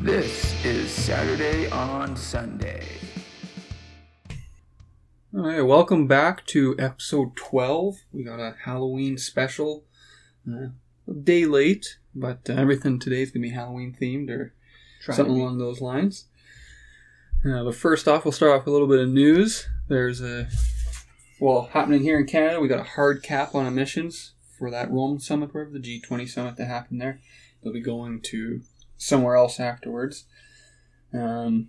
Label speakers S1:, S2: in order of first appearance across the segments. S1: This is Saturday on Sunday.
S2: All right, welcome back to episode 12. We got a Halloween special. Uh, a day late, but uh, everything today's going to be Halloween themed or something along those lines. Uh, but first off, we'll start off with a little bit of news. There's a, well, happening here in Canada, we got a hard cap on emissions for that Rome summit, wherever the G20 summit that happened there. They'll be going to somewhere else afterwards. Um,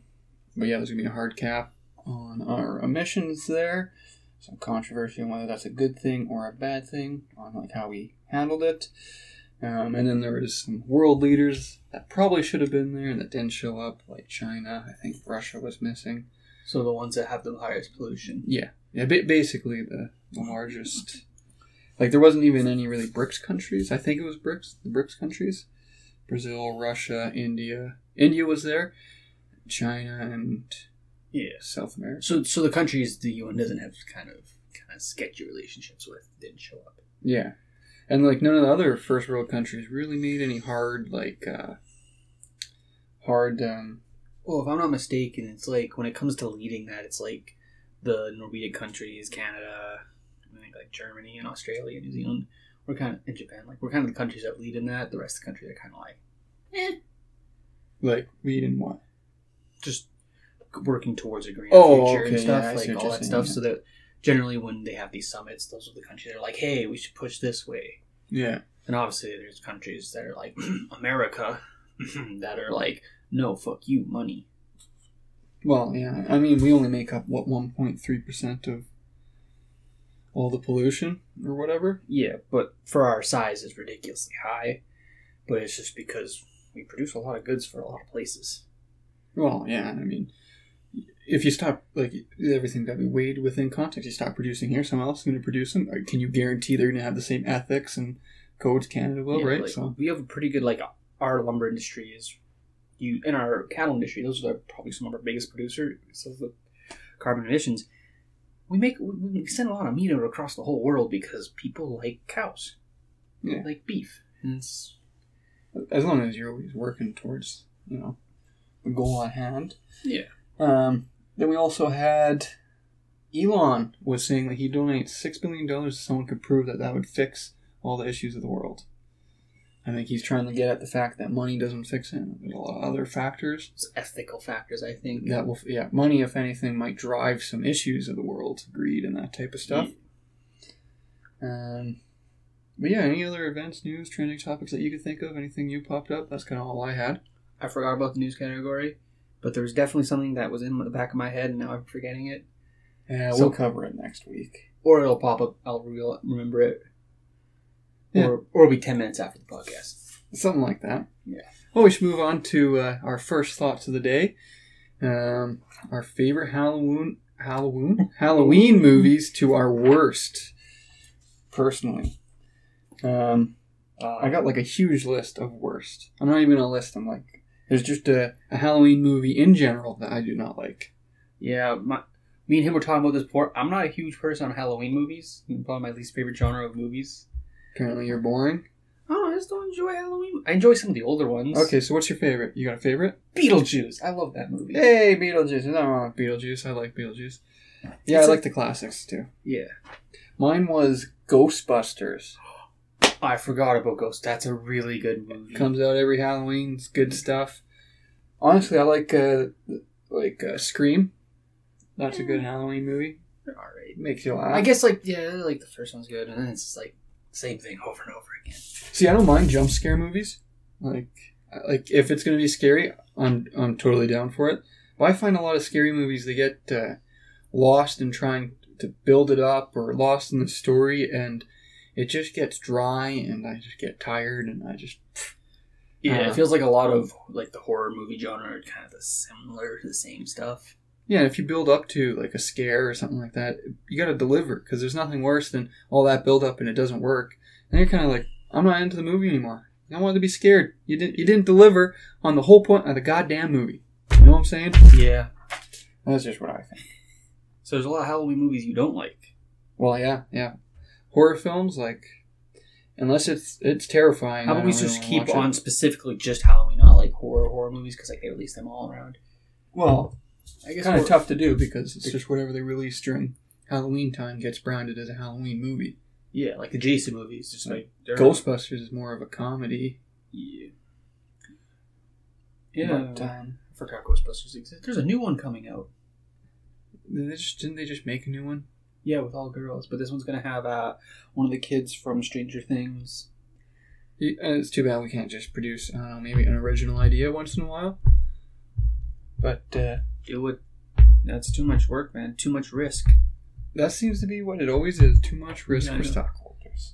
S2: but yeah, there's going to be a hard cap on our emissions there. Some controversy on whether that's a good thing or a bad thing on like how we handled it. Um, and then there was some world leaders that probably should have been there and that didn't show up, like China. I think Russia was missing.
S3: So the ones that have the highest pollution.
S2: Yeah, yeah. ba- Basically, the, the largest. Like there wasn't even any really BRICS countries. I think it was BRICS, the BRICS countries, Brazil, Russia, India. India was there, China, and
S3: Yeah.
S2: South America.
S3: So so the countries the UN doesn't have kind of kind of sketchy relationships with didn't show up.
S2: Yeah, and like none of the other first world countries really made any hard like uh, hard. Um,
S3: Well, if I'm not mistaken, it's like when it comes to leading that, it's like the Norwegian countries, Canada, I think like Germany and Australia, New Zealand. We're kind of in Japan, like we're kind of the countries that lead in that. The rest of the countries are kind of like
S2: like we didn't want.
S3: just working towards a green
S2: Oh,
S3: future and
S2: okay,
S3: stuff,
S2: yeah, I see
S3: like
S2: what
S3: all
S2: you're
S3: that
S2: saying,
S3: stuff.
S2: yeah.
S3: So that generally when they have these summits, those are the countries that are like, hey, we should push this way.
S2: Yeah,
S3: And obviously, there's countries that are like America that are like, no, fuck you, money.
S2: Well, yeah. I mean, we only make up what one point three percent of all the pollution or whatever.
S3: Yeah, but for our size, it's ridiculously high. But it's just because we produce a lot of goods for a lot of places.
S2: Well, yeah. I mean, if you stop like everything got to be weighed within context, you stop producing here, someone else is going to produce them. Like, Can you guarantee they're going to have the same ethics and codes Canada will?
S3: Yeah,
S2: right.
S3: like,
S2: so
S3: we have a pretty good like our lumber industry is you in our cattle industry. Those are probably some of our biggest producers of the carbon emissions. We make we we send a lot of meat out across the whole world because people like cows,
S2: Yeah.
S3: like beef, and it's
S2: as long as you're always working towards you know the goal at hand.
S3: Yeah.
S2: Um. Then we also had Elon was saying that he donates six billion dollars if someone could prove that that would fix all the issues of the world. I think he's trying to get at the fact that money doesn't fix it. There's a lot of other factors
S3: it's ethical factors. I think
S2: that will, yeah, money if anything might drive some issues of the world, greed and that type of stuff. Um, but yeah, any other events, news, trending topics that you could think of? Anything you popped up? That's kind of all I had.
S3: I forgot about the news category, but there was definitely something that was in the back of my head, and now I'm forgetting it.
S2: Yeah,
S3: So-
S2: Uh, we'll cover it next week.
S3: Or it'll pop up. I'll re- remember it.
S2: Yeah.
S3: Or, or it'll be ten minutes after the podcast.
S2: Something like that.
S3: Yeah.
S2: Well, we should move on to uh, our first thoughts of the day. Um, our favorite Halloween, Halloween, Halloween movies to our worst. Personally, um,
S3: Uh,
S2: I got like a huge list of worst. I'm not even gonna list them. Like, there's just a, a Halloween movie in general that I do not like.
S3: Yeah, my, me and him were talking about this before. I'm not a huge person on Halloween movies. Probably my least favorite genre of movies.
S2: Apparently, you're boring.
S3: Oh, I just don't enjoy Halloween. I enjoy some of the older ones.
S2: Okay, so what's your favorite? You got a favorite?
S3: Beetlejuice. I love that movie.
S2: Hey, Beetlejuice. There's nothing wrong with Beetlejuice. I like Beetlejuice. Yeah,
S3: It's
S2: I
S3: a-
S2: like the classics too.
S3: Yeah.
S2: Mine was Ghostbusters.
S3: I forgot about Ghost. That's a really good movie.
S2: Comes out every Halloween. It's good stuff. Honestly, I like uh, like uh, Scream. That's a good Halloween movie.
S3: All right.
S2: Makes you laugh.
S3: Mm. I guess like Um, yeah, like the first one's good, and then it's just, like same thing over and over again.
S2: See, I don't mind jump scare movies. Like, like if it's gonna be scary, I'm I'm totally down for it. But I find a lot of scary movies they get uh, lost in trying to build it up or lost in the story, and it just gets dry, and I just get tired, and I just
S3: Yeah,
S2: Uh-huh.
S3: Uh, it feels like a lot of like the horror movie genre are kind of the similar, the same stuff.
S2: yeah. If you build up to like a scare or something like that, you gotta deliver because there's nothing worse than all that build up and it doesn't work. And you're kind of like, I'm not into the movie anymore. I wanted to be scared. You didn't. You didn't deliver on the whole point of the goddamn movie. You know what I'm saying?
S3: Yeah.
S2: That's just what I think.
S3: So there's a lot of Halloween movies you don't like.
S2: Well, yeah, yeah. Horror films, like, Unless it's it's terrifying.
S3: How
S2: I
S3: about we
S2: don't really
S3: just
S2: wanna
S3: keep
S2: watch it.
S3: on specifically just Halloween, not like horror horror movies because like they release them all around.
S2: Well,
S3: I guess
S2: kind
S3: we're-
S2: of tough to do because it's just whatever they release during Halloween time gets branded as a Halloween movie.
S3: Yeah, like the Jason movies, just like they're-
S2: Ghostbusters is more of a comedy.
S3: Yeah. Yeah.
S2: but, um,
S3: I forgot Ghostbusters exists. There's a new one coming out.
S2: they just, didn't they just make a new one?
S3: Yeah, with all girls, but this one's gonna have uh, one of the kids from Stranger Things.
S2: Yeah, and uh, It's too bad we can't just produce, I don't know, maybe an original idea once in a while. But uh,
S3: It would. That's too much work, man. Too much risk,
S2: that seems to be what it always is too much risk
S3: Yeah, I
S2: for
S3: know.
S2: stockholders.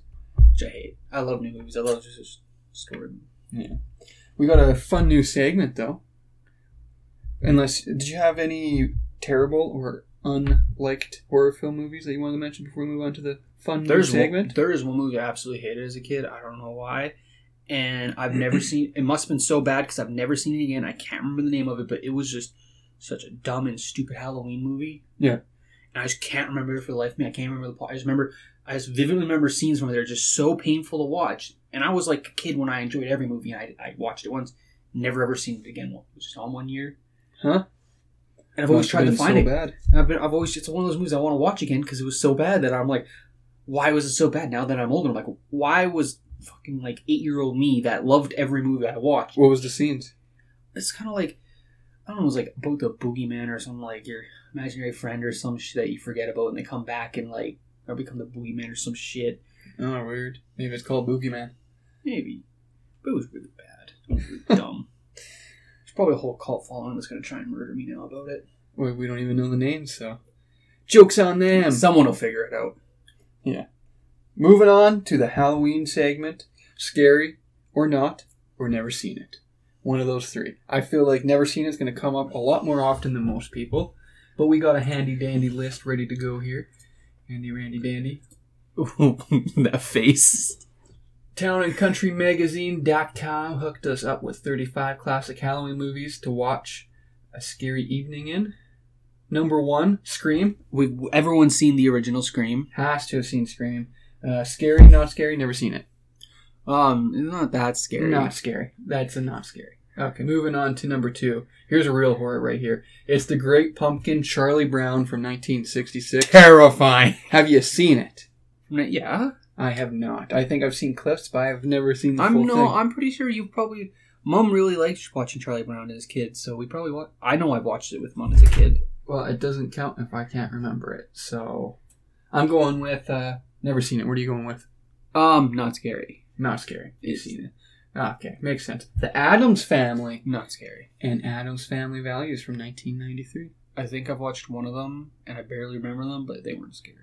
S3: which I hate. I love new movies. I love just- just story.
S2: We got a fun new segment, though. Unless, did you have any terrible or unliked horror film movies that you wanted to mention before we move on to the fun new
S3: There's
S2: segment?
S3: One, there is one movie I absolutely hated as a kid. I don't know why, and I've never seen. It must have been so bad because I've never seen it again. I can't remember the name of it, but it was just such a dumb and stupid Halloween movie.
S2: Yeah.
S3: and I just can't remember it for the life of me. I can't remember the plot. I just remember. I just vividly remember scenes where they're just so painful to watch. And I was like a kid when I enjoyed every movie. And I, I watched it once, never ever seen it again. It was just on one year.
S2: Huh?
S3: And I've always
S2: Must've
S3: tried to
S2: Oh, been
S3: find
S2: so
S3: it.
S2: Bad.
S3: I've been, I've always, it's one of those movies I want to watch again because it was so bad that I'm like, why was it so bad? Now that I'm older, I'm like, why was fucking like eight year old me that loved every movie I watched?
S2: What was the scenes?
S3: It's kind of like, I don't know, it was like about the boogeyman or something like your imaginary friend or some shit that you forget about and they come back and like, or become the boogeyman or some shit.
S2: Oh, weird. Maybe it's called Boogeyman.
S3: Maybe. But it was really bad. It was really dumb. There's probably a whole cult following that's going to try and murder me now about it.
S2: Well, we don't even know the name, so. Joke's on them!
S3: Someone will figure it out.
S2: Moving on to the Halloween segment. Scary or not, or never seen it. One of those three. I feel like never seen it's going to come up a lot more often than most people, but we got a handy dandy list ready to go here. Handy randy dandy.
S3: that face.
S2: Town and Country Magazine Doc Time hooked us up with 35 classic Halloween movies to watch a scary evening in. Number one, Scream.
S3: We everyone's seen the original Scream.
S2: Has to have seen Scream. Uh, scary, not scary, never seen it.
S3: Um, it's not that scary.
S2: Not scary. That's a not scary. Okay, moving on to number two. Here's a real horror right here. It's The Great Pumpkin, Charlie Brown from 1966.
S3: terrifying.
S2: Have you seen it?
S3: Yeah,
S2: I have not. I think I've seen clips, but I've never seen the
S3: I'm
S2: full
S3: no.
S2: thing.
S3: I'm pretty sure you probably. Mom really liked watching Charlie Brown as kids, so we probably. Wa- I know I watched it with mom as a kid.
S2: Well, it doesn't count if I can't remember it. So I'm going with uh, never seen it. What are you going with?
S3: Um, not scary.
S2: Not scary. You've seen it. Okay, makes sense. The Adams Family
S3: Not scary.
S2: and Adams Family Values from 1993.
S3: I think I've watched one of them, and I barely remember them, but they weren't scary.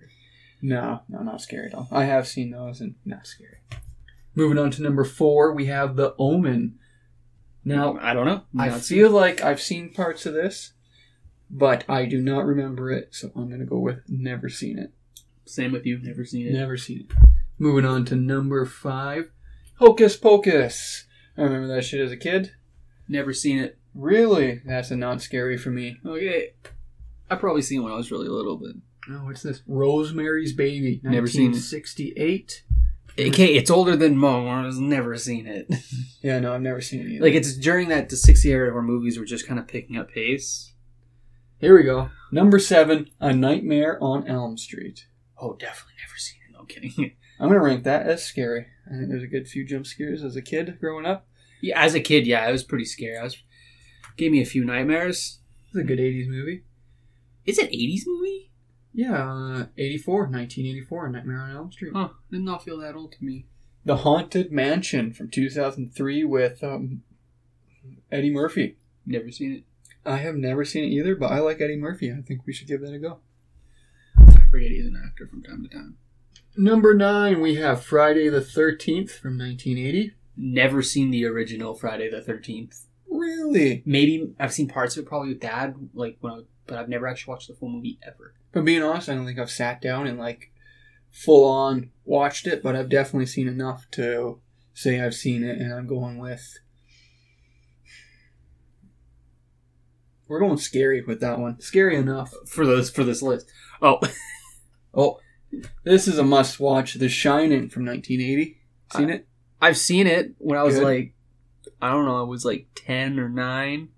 S2: No, no, not scary at all. I have seen those and not scary. Moving on to number four, we have The Omen. Now,
S3: I don't know.
S2: I
S3: Not
S2: feel like I've seen parts of this, but I do not remember it, so I'm going to go with never seen it.
S3: same with you. Never seen it.
S2: Never seen it. Moving on to number five, Hocus Pocus. I remember that shit as a kid.
S3: Never seen it.
S2: Really? That's a not scary for me.
S3: Okay. I probably seen it when I was really little, but
S2: Oh, what's this? Rosemary's Baby,
S3: Never seen it.
S2: 1968.
S3: okay, it's older than Mom. I was never seen it.
S2: Yeah, no, I've never seen it either.
S3: Like it's during that the sixty era where movies were just kind of picking up pace.
S2: Here we go. Number seven, A Nightmare on Elm Street.
S3: Oh, definitely never seen it. No I'm kidding.
S2: I'm gonna rank that as scary. I think there's a good few jump scares as a kid growing up.
S3: yeah, as a kid, yeah, I was pretty scared. I was gave me a few nightmares.
S2: It's a good 80s movie.
S3: Is it eighties movie?
S2: Yeah, uh, 84, 1984, A Nightmare on Elm Street.
S3: Huh? Did not feel that old to me.
S2: The Haunted Mansion from 2003 with um, Eddie Murphy.
S3: Never seen it.
S2: I have never seen it either, but I like Eddie Murphy. I think we should give that a go.
S3: I forget he's an actor from time to time.
S2: Number nine, we have Friday the 13th from 1980.
S3: Never seen the original Friday the Thirteenth.
S2: Really?
S3: Maybe I've seen parts of it, probably with Dad, like when I, but I've never actually watched the full movie ever.
S2: But being honest, I don't think I've sat down and like full on watched it, but I've definitely seen enough to say I've seen it, and I'm going with. We're going scary with that one. Scary enough.
S3: For those for this list. Oh,
S2: This is a must watch The Shining from 1980. Seen it?
S3: I've seen it when I was
S2: Good.
S3: like, I don't know, I was like 10 or 9.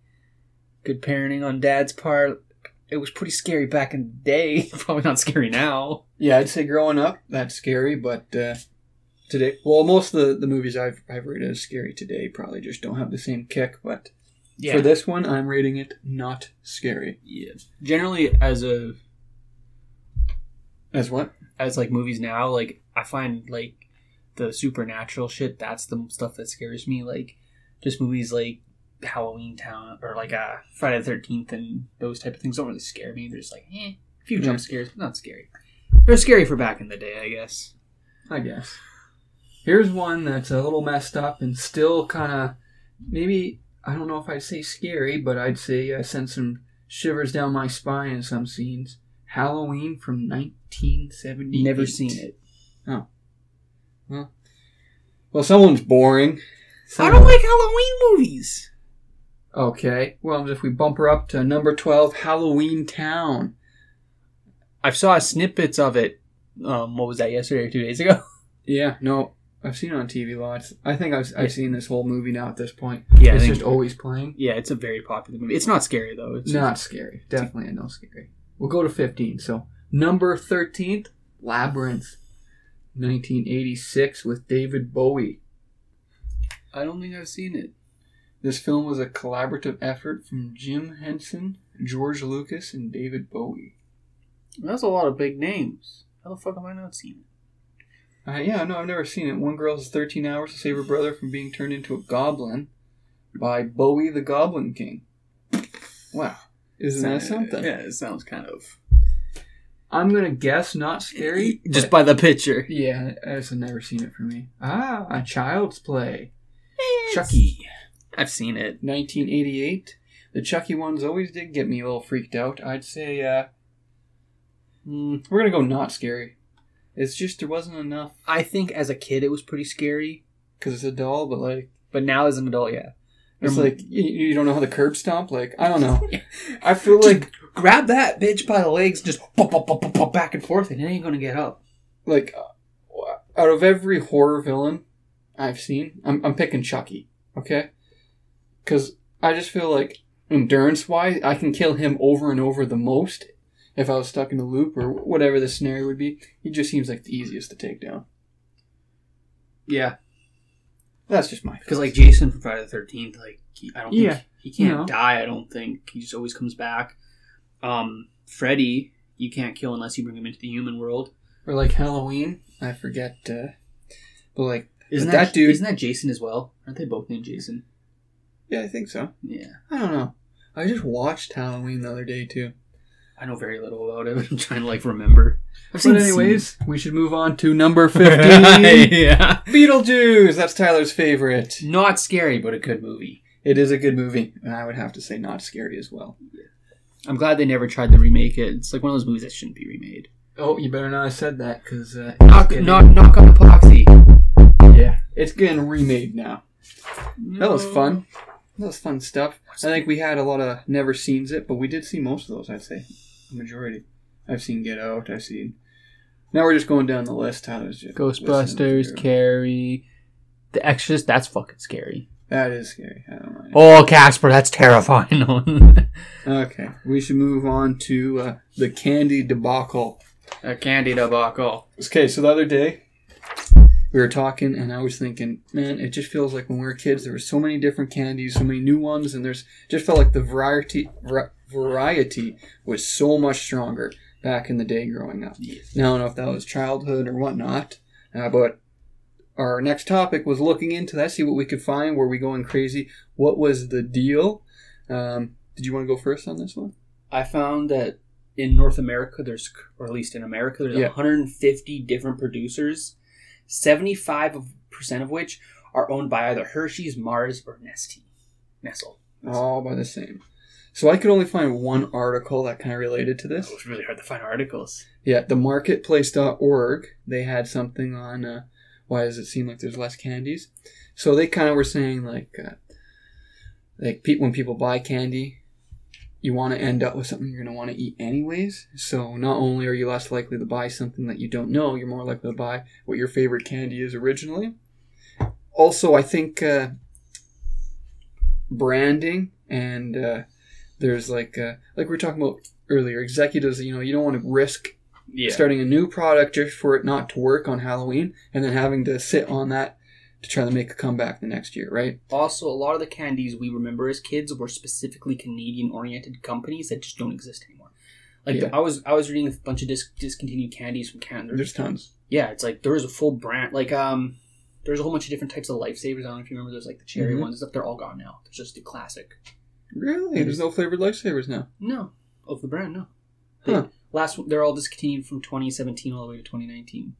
S3: Good parenting on dad's part. It was pretty scary back in the day. Probably not scary now.
S2: Yeah, I'd say growing up that's scary, but uh, today, well, most of the, the movies I've I've rated as scary today probably just don't have the same kick. But
S3: Yeah.
S2: for this one, I'm rating it not scary.
S3: yeah. Generally, as a
S2: As what?
S3: as like movies now, like I find like the supernatural shit. That's the stuff that scares me. Like just movies like Halloween Town or like uh, Friday the Thirteenth and those type of things don't really scare me. They're just like eh, a few jump
S2: Yeah.
S3: scares, but not scary. They're scary for back in the day, I guess.
S2: I guess. Here's one that's a little messed up and still kind of maybe I don't know if I'd say scary, but I'd say I sent some shivers down my spine in some scenes. Halloween from 1978.
S3: Never seen it.
S2: Well, someone's boring.
S3: I don't like Halloween movies.
S2: Okay. Well, if we bump her up to number 12, Halloween Town.
S3: I saw snippets of it. Um, what was that? Yesterday or two days ago?
S2: Yeah, no, I've seen it on TV lots. I think I've, I've seen this whole movie now at this point.
S3: Yeah, I
S2: it's
S3: think-
S2: just always playing.
S3: yeah. It's a very popular movie. It's not scary though. It's
S2: Not scary. Definitely no scary. We'll go to 15. So, number 13th, Labyrinth. 1986 with David Bowie.
S3: I don't think I've seen it.
S2: This film was a collaborative effort from Jim Henson, George Lucas, and David Bowie.
S3: That's a lot of big names. How the fuck am I not seeing it?
S2: Uh, yeah, no, I've never seen it. One girl has 13 hours to save her brother from being turned into a goblin by Bowie the Goblin King. Wow. Isn't that something?
S3: Yeah, it sounds kind of
S2: I'm going to guess not scary.
S3: just by the picture.
S2: Yeah, it's never seen it for me. Ah, a child's play.
S3: Chucky. I've seen it.
S2: 1988. The Chucky ones always did get me a little freaked out. I'd say, uh,
S3: Hmm.
S2: mm, we're going to go not scary. It's just there wasn't enough
S3: I think as a kid it was pretty scary,
S2: because it's a doll, but like,
S3: but now as an adult, yeah.
S2: it's
S3: Remember-
S2: like you, you don't know how to curb stomp. Like, I don't know. I feel like
S3: grab that bitch by the legs, just bump, bump, bump, bump, bump, back and forth, and it ain't gonna get up.
S2: like uh, out of every horror villain I've seen, I'm, I'm picking Chucky. Okay, because I just feel like endurance wise, I can kill him over and over the most. If I was stuck in a loop or whatever the scenario would be, he just seems like the easiest to take down.
S3: Yeah,
S2: That's just my
S3: because like Jason from Friday the Thirteenth, like he, I don't think
S2: Yeah.
S3: he can't
S2: No.
S3: die. I don't think he just always comes back. Um, Freddy, you can't kill unless you bring him into the human world.
S2: or like Halloween. I forget, uh, but like
S3: Isn't
S2: But
S3: that,
S2: that dude-
S3: Isn't that Jason as well? Aren't they both named Jason?
S2: yeah, I think so.
S3: Yeah,
S2: I don't know. I just watched Halloween the other day too.
S3: I know very little about it. I'm trying to like remember. I've
S2: But anyways, we should move on to number fifteen.
S3: yeah,
S2: Beetlejuice. That's Tyler's favorite.
S3: not scary, but a good movie.
S2: It is a good movie, and I would have to say not scary as well.
S3: I'm glad they never tried to remake it. It's like one of those movies that shouldn't be remade.
S2: Oh, you better not have said that, because uh,
S3: Knock,
S2: it's
S3: knock, knock on epoxy.
S2: getting- yeah, it's getting remade now. That was fun. That was fun stuff. I think we had a lot of never seens it, but we did see most of those. I'd say a majority. I've seen Get Out. I've seen. Now we're just going down the list. Tyler's just listening
S3: Ghostbusters,
S2: through.
S3: Carrie, The Exorcist. That's fucking scary.
S2: That is scary. I don't mind.
S3: Oh, Casper, that's terrifying.
S2: Okay, we should move on to uh, the candy debacle.
S3: a candy debacle.
S2: Okay, so the other day we were talking, and I was thinking, man, it just feels like when we were kids, there were so many different candies, so many new ones, and there's just felt like the variety var- variety was so much stronger back in the day growing up. Now I don't know if that was childhood or whatnot, uh, but our next topic was looking into that, see what we could find. Were we going crazy? What was the deal? Um, did you want to go first on this one?
S3: I found that in North America, there's, or at least in America, there's
S2: Yeah.
S3: 150 different producers, 75% of which are owned by either Hershey's, Mars, or Nestle. Nestle.
S2: All by the same. So I could only find one article that kind of related to this.
S3: It was really hard to find articles.
S2: Yeah, the marketplace.org, they had something on uh, why does it seem like there's less candies? So they kind of were saying like uh, like pe- when people buy candy, you want to end up with something you're going to want to eat anyways. So not only are you less likely to buy something that you don't know, you're more likely to buy what your favorite candy is originally. also, I think uh, branding and uh, there's like uh, like we were talking about earlier, executives. You know, you don't want to risk
S3: Yeah.
S2: starting a new product just for it not to work on Halloween, and then having to sit on that to try to make a comeback the next year, right?
S3: Also, a lot of the candies we remember as kids were specifically Canadian-oriented companies that just don't exist anymore. Like
S2: Yeah.
S3: I was, I was reading a bunch of dis- discontinued candies from Canada.
S2: There's tons.
S3: yeah, it's like there was a full brand. Like um, there's a whole bunch of different types of lifesavers. I don't know if you remember. There's like the cherry
S2: Mhm.
S3: ones and stuff. They're all gone now. There's just the classic.
S2: Really? There's no flavored lifesavers now.
S3: No, of the brand, no.
S2: Huh.
S3: They- Last, they're all discontinued from 2017 all the way to 2019.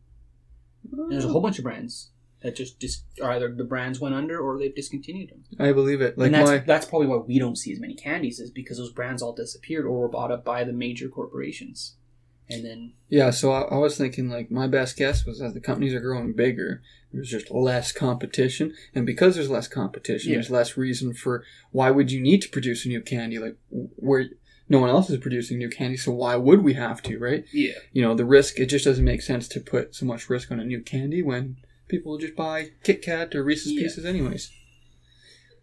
S3: And
S2: Oh.
S3: there's a whole bunch of brands that just dis- are either the brands went under or they've discontinued them.
S2: I believe it. Like
S3: and that's
S2: my
S3: that's probably why we don't see as many candies is because those brands all disappeared or were bought up by the major corporations. And then
S2: yeah. So I, I was thinking like my best guess was as the companies are growing bigger, there's just less competition, and because there's less competition,
S3: Yeah.
S2: there's less reason for why would you need to produce a new candy like w- where no one else is producing new candy, so why would we have to, right?
S3: yeah,
S2: You know, the risk it just doesn't make sense to put so much risk on a new candy when people will just buy Kit Kat or Reese's
S3: Yeah.
S2: Pieces anyways.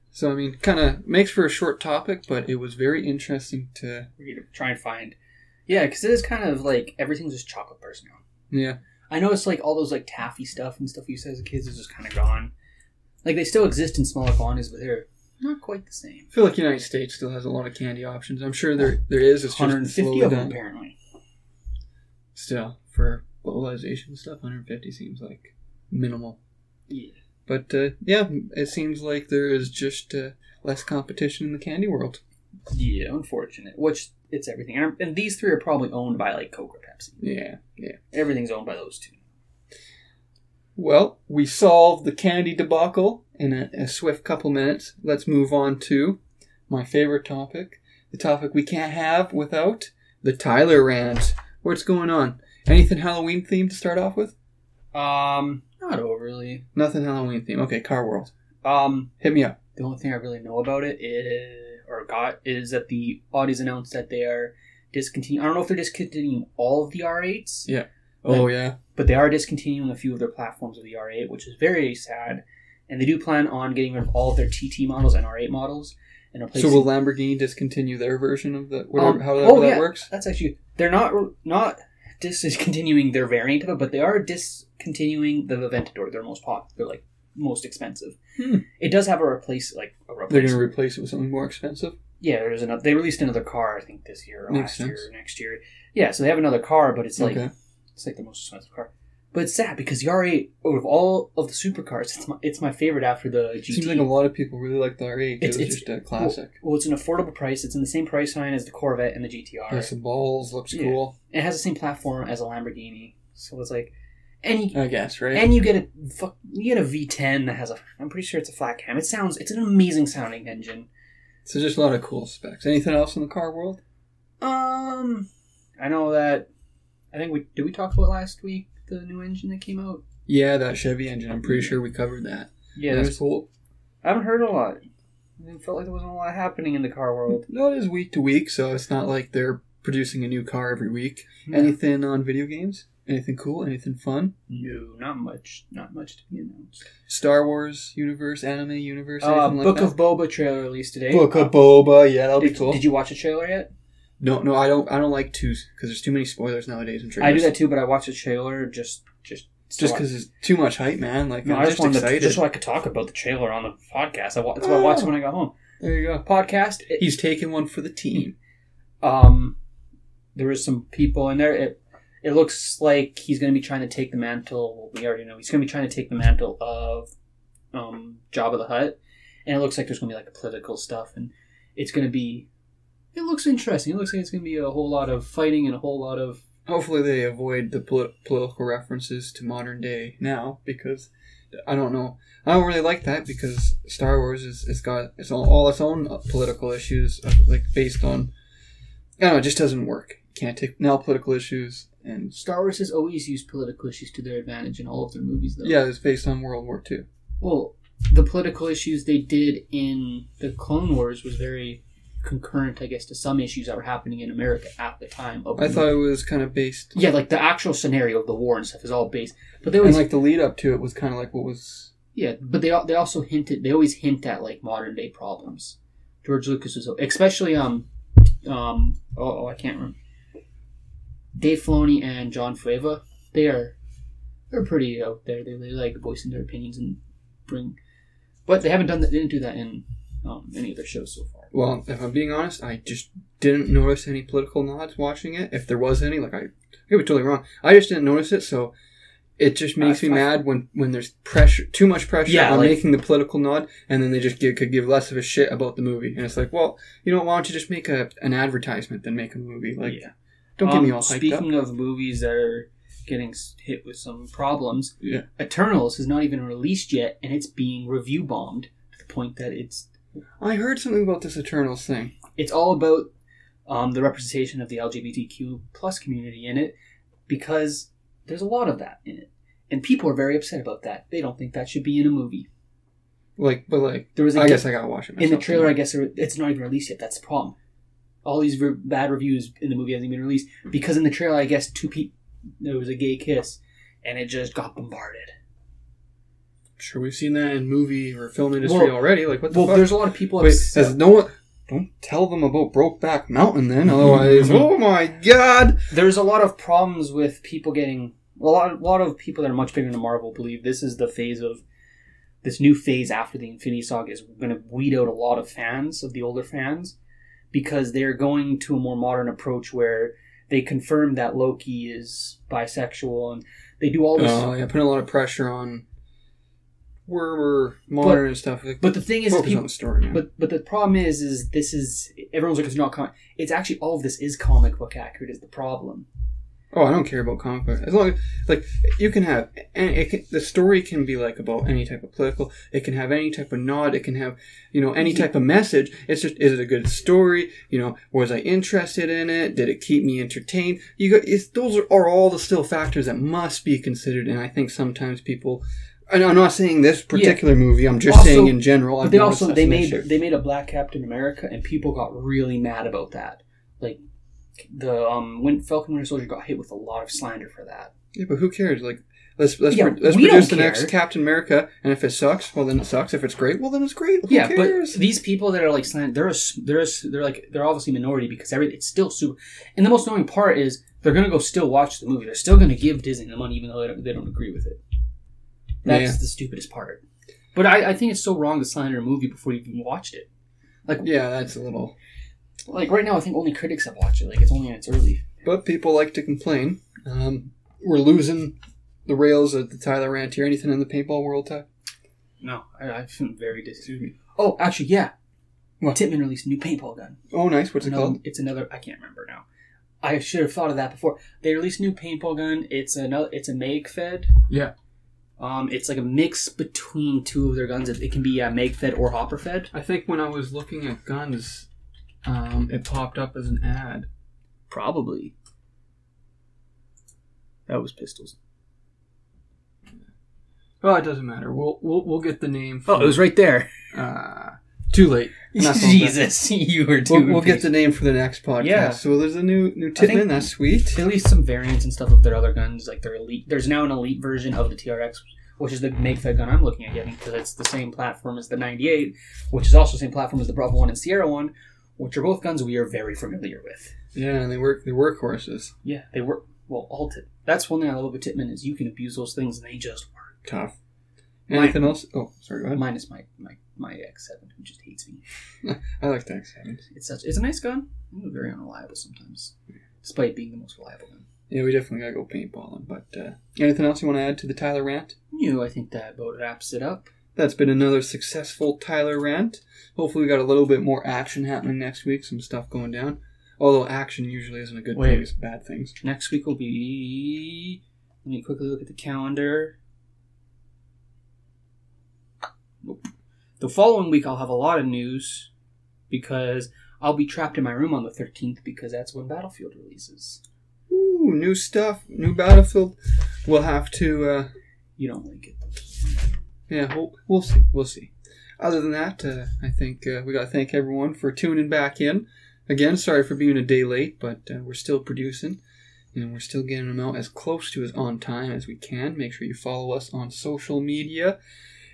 S2: So I mean, kind of makes for a short topic, but it was very interesting to
S3: we're gonna try and find yeah because it is kind of like everything's just chocolate bars now.
S2: yeah.
S3: I noticed like all those like taffy stuff and stuff we used to as kids is just kind of gone. Like they still exist in smaller quantities, but they're not quite the same.
S2: I feel like the United States still has a lot of candy options. I'm sure there there is. It's just
S3: 150
S2: slowly
S3: of them
S2: done.
S3: apparently.
S2: Still, for globalization stuff, 150 seems like minimal.
S3: Yeah.
S2: But uh, yeah, it seems like there is just uh, less competition in the candy world.
S3: Yeah, unfortunate. Which it's everything, and, and these three are probably owned by like Coke or Pepsi.
S2: Yeah, yeah.
S3: Everything's owned by those two.
S2: Well, we solved the candy debacle in a, a swift couple minutes. Let's move on to my favorite topic, the topic we can't have without the Tyler rant. What's going on? Anything Halloween themed to start off with?
S3: Um, not overly.
S2: Nothing Halloween theme. Okay, Car World.
S3: Um,
S2: Hit me up.
S3: the only thing I really know about it is, or got is that the Audis announced that they are discontinuing. I don't know if they're discontinuing all of the R8s,
S2: Oh yeah.
S3: but they are discontinuing a few of their platforms of the R8, which is very sad. And they do plan on getting rid of all of their TT models and R8 models and
S2: So
S3: replacing.
S2: will Lamborghini discontinue their version of the whatever
S3: Um,
S2: however
S3: oh,
S2: that
S3: yeah.
S2: works?
S3: that's actually they're not not discontinuing their variant of it, but they are discontinuing the Aventador, their most popular, like most expensive.
S2: Hmm.
S3: It does have a replace, like a replace.
S2: They're gonna replace it with something more expensive.
S3: Yeah, there's another. They released another car, I think, this year, or
S2: Makes
S3: last year,
S2: sense.
S3: or next year. Yeah, so they have another car, but it's like
S2: okay.
S3: it's like the most expensive car. But it's sad because the R8 out of all of the supercars, it's my it's my favorite after the GT.
S2: Seems like a lot of people really like the R8.
S3: It's-
S2: 'cause It's,
S3: it's-
S2: just a classic.
S3: well, it's an affordable price. It's in the same price line as the Corvette and the GTR.
S2: Has some balls. Looks
S3: Yeah.
S2: cool.
S3: It has the same platform as a Lamborghini, so it's like, and you,
S2: I guess right.
S3: and you get a fuck, you get a V10 that has a. I'm pretty sure it's a flat cam. It sounds it's an amazing sounding engine.
S2: so just a lot of cool specs. Anything else in the car world?
S3: Um, I know that. I think we did we talk about last week the new engine that came out.
S2: Yeah, that Chevy engine. I'm pretty sure we covered that.
S3: Yeah,
S2: that's
S3: there's,
S2: cool.
S3: I haven't heard a lot. It felt like there wasn't a lot happening in the car world.
S2: No, it is week to week, so it's not like they're producing a new car every week. Anything on video games? Anything cool? Anything fun?
S3: No, not much. Not much to be announced.
S2: Star Wars universe, anime universe,
S3: Uh,
S2: anything like
S3: Book
S2: that?
S3: of Boba trailer released today.
S2: Book of Boba. Yeah, that'll
S3: Did,
S2: be cool.
S3: did you watch the trailer yet?
S2: no, no, I don't. I don't like twos because there's too many spoilers nowadays in trailers.
S3: I do that too, but I watched the trailer just just
S2: just because there's too much hype, man. Like
S3: No,
S2: I'm
S3: I just
S2: just
S3: wanted to,
S2: excited.
S3: just so I could talk about the trailer on the podcast. I, wa- that's what I watched
S2: Oh.
S3: when I got home.
S2: there you go.
S3: Podcast. it-
S2: He's taking one for the team.
S3: Um, there was some people in there. It it looks like he's going to be trying to take the mantle. We already know he's going to be trying to take the mantle of um, Jabba the Hutt, and it looks like there's going to be like political stuff, and it's going to be. It looks interesting. It looks like it's going to be a whole lot of fighting and a whole lot of
S2: Hopefully they avoid the poli- political references to modern day now because I don't know. I don't really like that because Star Wars is it's got it's all, all its own uh, political issues uh, like based on I don't know. It just doesn't work. Can't take now political issues and
S3: Star Wars has always used political issues to their advantage in all of their movies, though.
S2: yeah, it's based on World War Two.
S3: Well, the political issues they did in the Clone Wars was very concurrent, I guess, to some issues that were happening in America at the time. Of
S2: I thought it was kind of based,
S3: Yeah, like the actual scenario of the war and stuff is all based. But there
S2: and
S3: was
S2: like the lead up to it was kind of like what was
S3: Yeah, but they al- they also hinted they always hint at like modern day problems. George Lucas was especially um um oh, oh, I can't remember Dave Filoni and John Favreau they are they're pretty out there they, they like voicing their opinions and bring but they haven't done that they didn't do that in um, any of their shows so far.
S2: Well, if I'm being honest, I just didn't notice any political nods watching it. If there was any, like I, I could be totally wrong. I just didn't notice it, so it just makes
S3: I-
S2: me
S3: I-
S2: mad when when there's pressure, too much pressure
S3: Uh, Yeah,
S2: on
S3: like-
S2: making the political nod, and then they just give, could give less of a shit about the movie. And it's like, well, you know, why don't you just make a an advertisement than make a movie? Like,
S3: yeah.
S2: don't get
S3: Um,
S2: me all hyped up.
S3: Speaking of movies that are getting s- hit with some problems,
S2: Yeah.
S3: Eternals is not even released yet, and it's being review bombed to the point that it's
S2: I heard something about this Eternals thing.
S3: it's all about um, the representation of the LGBTQ plus community in it because there's a lot of that in it, and people are very upset about that. They don't think that should be in a movie.
S2: Like, but like,
S3: There was a
S2: I guess I gotta watch
S3: in
S2: it.
S3: the
S2: myself
S3: trailer, I
S2: tonight.
S3: guess there- it's not even released yet. That's the problem. All these re- bad reviews in the movie hasn't even released because in the trailer, I guess two people there was a gay kiss, and it just got bombarded.
S2: I'm sure we've seen that in movie or film industry
S3: Well-
S2: already. Like, what the
S3: Well,
S2: fuck?
S3: there's a lot of people.
S2: Wait,
S3: upset.
S2: has no one? Don't tell them about Brokeback Mountain, then. Otherwise, oh my god!
S3: There's a lot of problems with people getting a lot. A lot of people that are much bigger than Marvel believe this is the phase of this new phase after the Infinity Saga is going to weed out a lot of fans of the older fans because they're going to a more modern approach where they confirm that Loki is bisexual and they do all this.
S2: Oh, yeah, putting a lot of pressure on. We're, we're modern and stuff. Like,
S3: but the thing is,
S2: focus
S3: people,
S2: on the story. But
S3: But but the problem is, is this is everyone's like it's not comic. It's actually all of this is comic book accurate is the problem.
S2: oh, I don't care about comic book. As long as like you can have, and it can, the story can be like about any type of political. It can have any type of nod. It can have you know any type of message. It's just is it a good story? You know, was I interested in it? Did it keep me entertained? You got it's, those are, are all the still factors that must be considered. And I think sometimes people. And I'm not saying this particular movie. I'm just
S3: Also-
S2: saying in general.
S3: But
S2: I've
S3: they
S2: noticed
S3: also
S2: that's
S3: they
S2: an
S3: made
S2: issue.
S3: they made a black Captain America, and people got really mad about that. Like the um, when Falcon Winter Soldier got hit with a lot of slander for that.
S2: Yeah, but who cares? Like, let's let's
S3: Yeah,
S2: pro- let's
S3: we
S2: produce the
S3: don't
S2: next
S3: care.
S2: Captain America, and if it sucks, well then it sucks. If it's great, well then it's great. Who
S3: yeah,
S2: cares?
S3: but these people that are like slant, they're a, s- they're a s- they're like they're obviously minority because every it's still super. And the most annoying part is they're gonna go still watch the movie. They're still gonna give Disney the money even though they don't, they don't agree with it. That's
S2: Yeah.
S3: the stupidest part. But I, I think it's so wrong to slander a movie before you even watched it.
S2: yeah, that's a little.
S3: Like right now, I think only critics have watched it. Like it's only in its early.
S2: But people like to complain. Um, we're losing the rails of the Tyler Rantier. Anything in the paintball world, Ty?
S3: No, I, I'm very dis. Oh, actually, yeah.
S2: What?
S3: Titman released a new paintball gun.
S2: Oh, nice. What's it
S3: No,
S2: called?
S3: It's another. I can't remember now. I should have thought of that before. They released a new paintball gun. It's another. It's a mag fed.
S2: Yeah.
S3: Um, it's like a mix between two of their guns. It, it can be uh, mag fed or hopper fed.
S2: I think when I was looking at guns, um, it popped up as an ad.
S3: Probably. That was pistols.
S2: Well, Oh, it doesn't matter. We'll we'll, we'll get the name.
S3: Oh, it was right there.
S2: Uh, too late. Not so bad.
S3: Jesus, you were too.
S2: We'll, we'll get
S3: impatient.
S2: the name for the next podcast.
S3: Yeah.
S2: So there's a new new
S3: I think-
S2: Titman. That's sweet.
S3: They released some variants and stuff of their other guns, like their elite. There's now an elite version of the TRX, which is the make fed gun I'm looking at getting because it's the same platform as the 98, which is also the same platform as the Bravo One and Sierra One, which are both guns we are very familiar with.
S2: Yeah, and they work they work horses.
S3: Yeah, they work well. All Tit- that's one thing I love about Titman is you can abuse those things and they just work.
S2: Tough.
S3: Mine-
S2: Anything else? Oh, sorry, go ahead.
S3: Minus my my my X7 who just hates me.
S2: I like tax havens.
S3: It's such it's a nice gun, Ooh, very unreliable sometimes, despite being the most reliable gun.
S2: Yeah, we definitely gotta go paintballing. But uh, anything else you want to add to the Tyler rant?
S3: You, I think that about wraps it up.
S2: That's been another successful Tyler rant. Hopefully, we got a little bit more action happening next week. Some stuff going down. Although action usually isn't a good
S3: Wait.
S2: thing; it's bad things.
S3: Next week will be. Let me quickly look at the calendar. Nope. The following week, I'll have a lot of news because I'll be trapped in my room on the 13th because that's when Battlefield releases.
S2: Ooh, new stuff, new battlefield. We'll have to. Uh,
S3: You don't like it.
S2: yeah, we'll, we'll see. We'll see. Other than that, uh, I think uh, we got to thank everyone for tuning back in. Again, sorry for being a day late, but uh, we're still producing and we're still getting them out as close to as on time as we can. Make sure you follow us on social media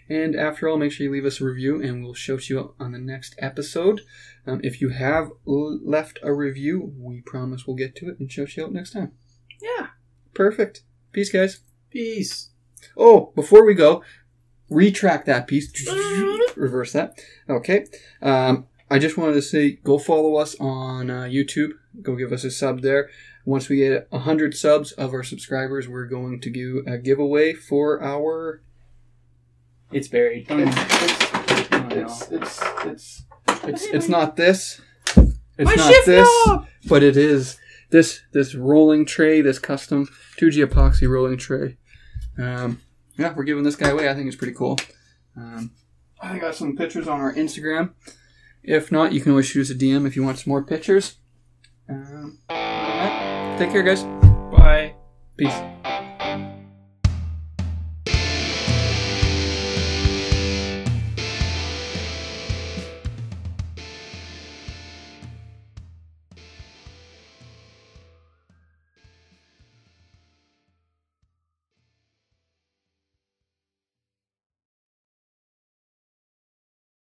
S2: And after all, make sure you leave us a review and we'll shout you out on the next episode. Um, if you have l- left a review, we promise we'll get to it and shout you out next time.
S3: Yeah.
S2: Perfect. Peace, guys.
S3: Peace.
S2: Oh, before we go, retract that piece. Reverse that. Okay. Um, I just wanted to say go follow us on uh, YouTube. Go give us a sub there. Once we get 100 subs of our subscribers, we're going to do a giveaway for our.
S3: It's buried. Don't even- I know.
S2: It's, it's, it's, it's, it's not this. It's
S3: My
S2: not
S3: shift
S2: this.
S3: knob!
S2: But it is this this rolling tray, this custom 2G epoxy rolling tray. Um, yeah, we're giving this guy away. I think it's pretty cool. Um, I got some pictures on our Instagram. If not, you can always shoot us a DM if you want some more pictures. Um, all right. Take care, guys.
S3: Bye.
S2: Peace.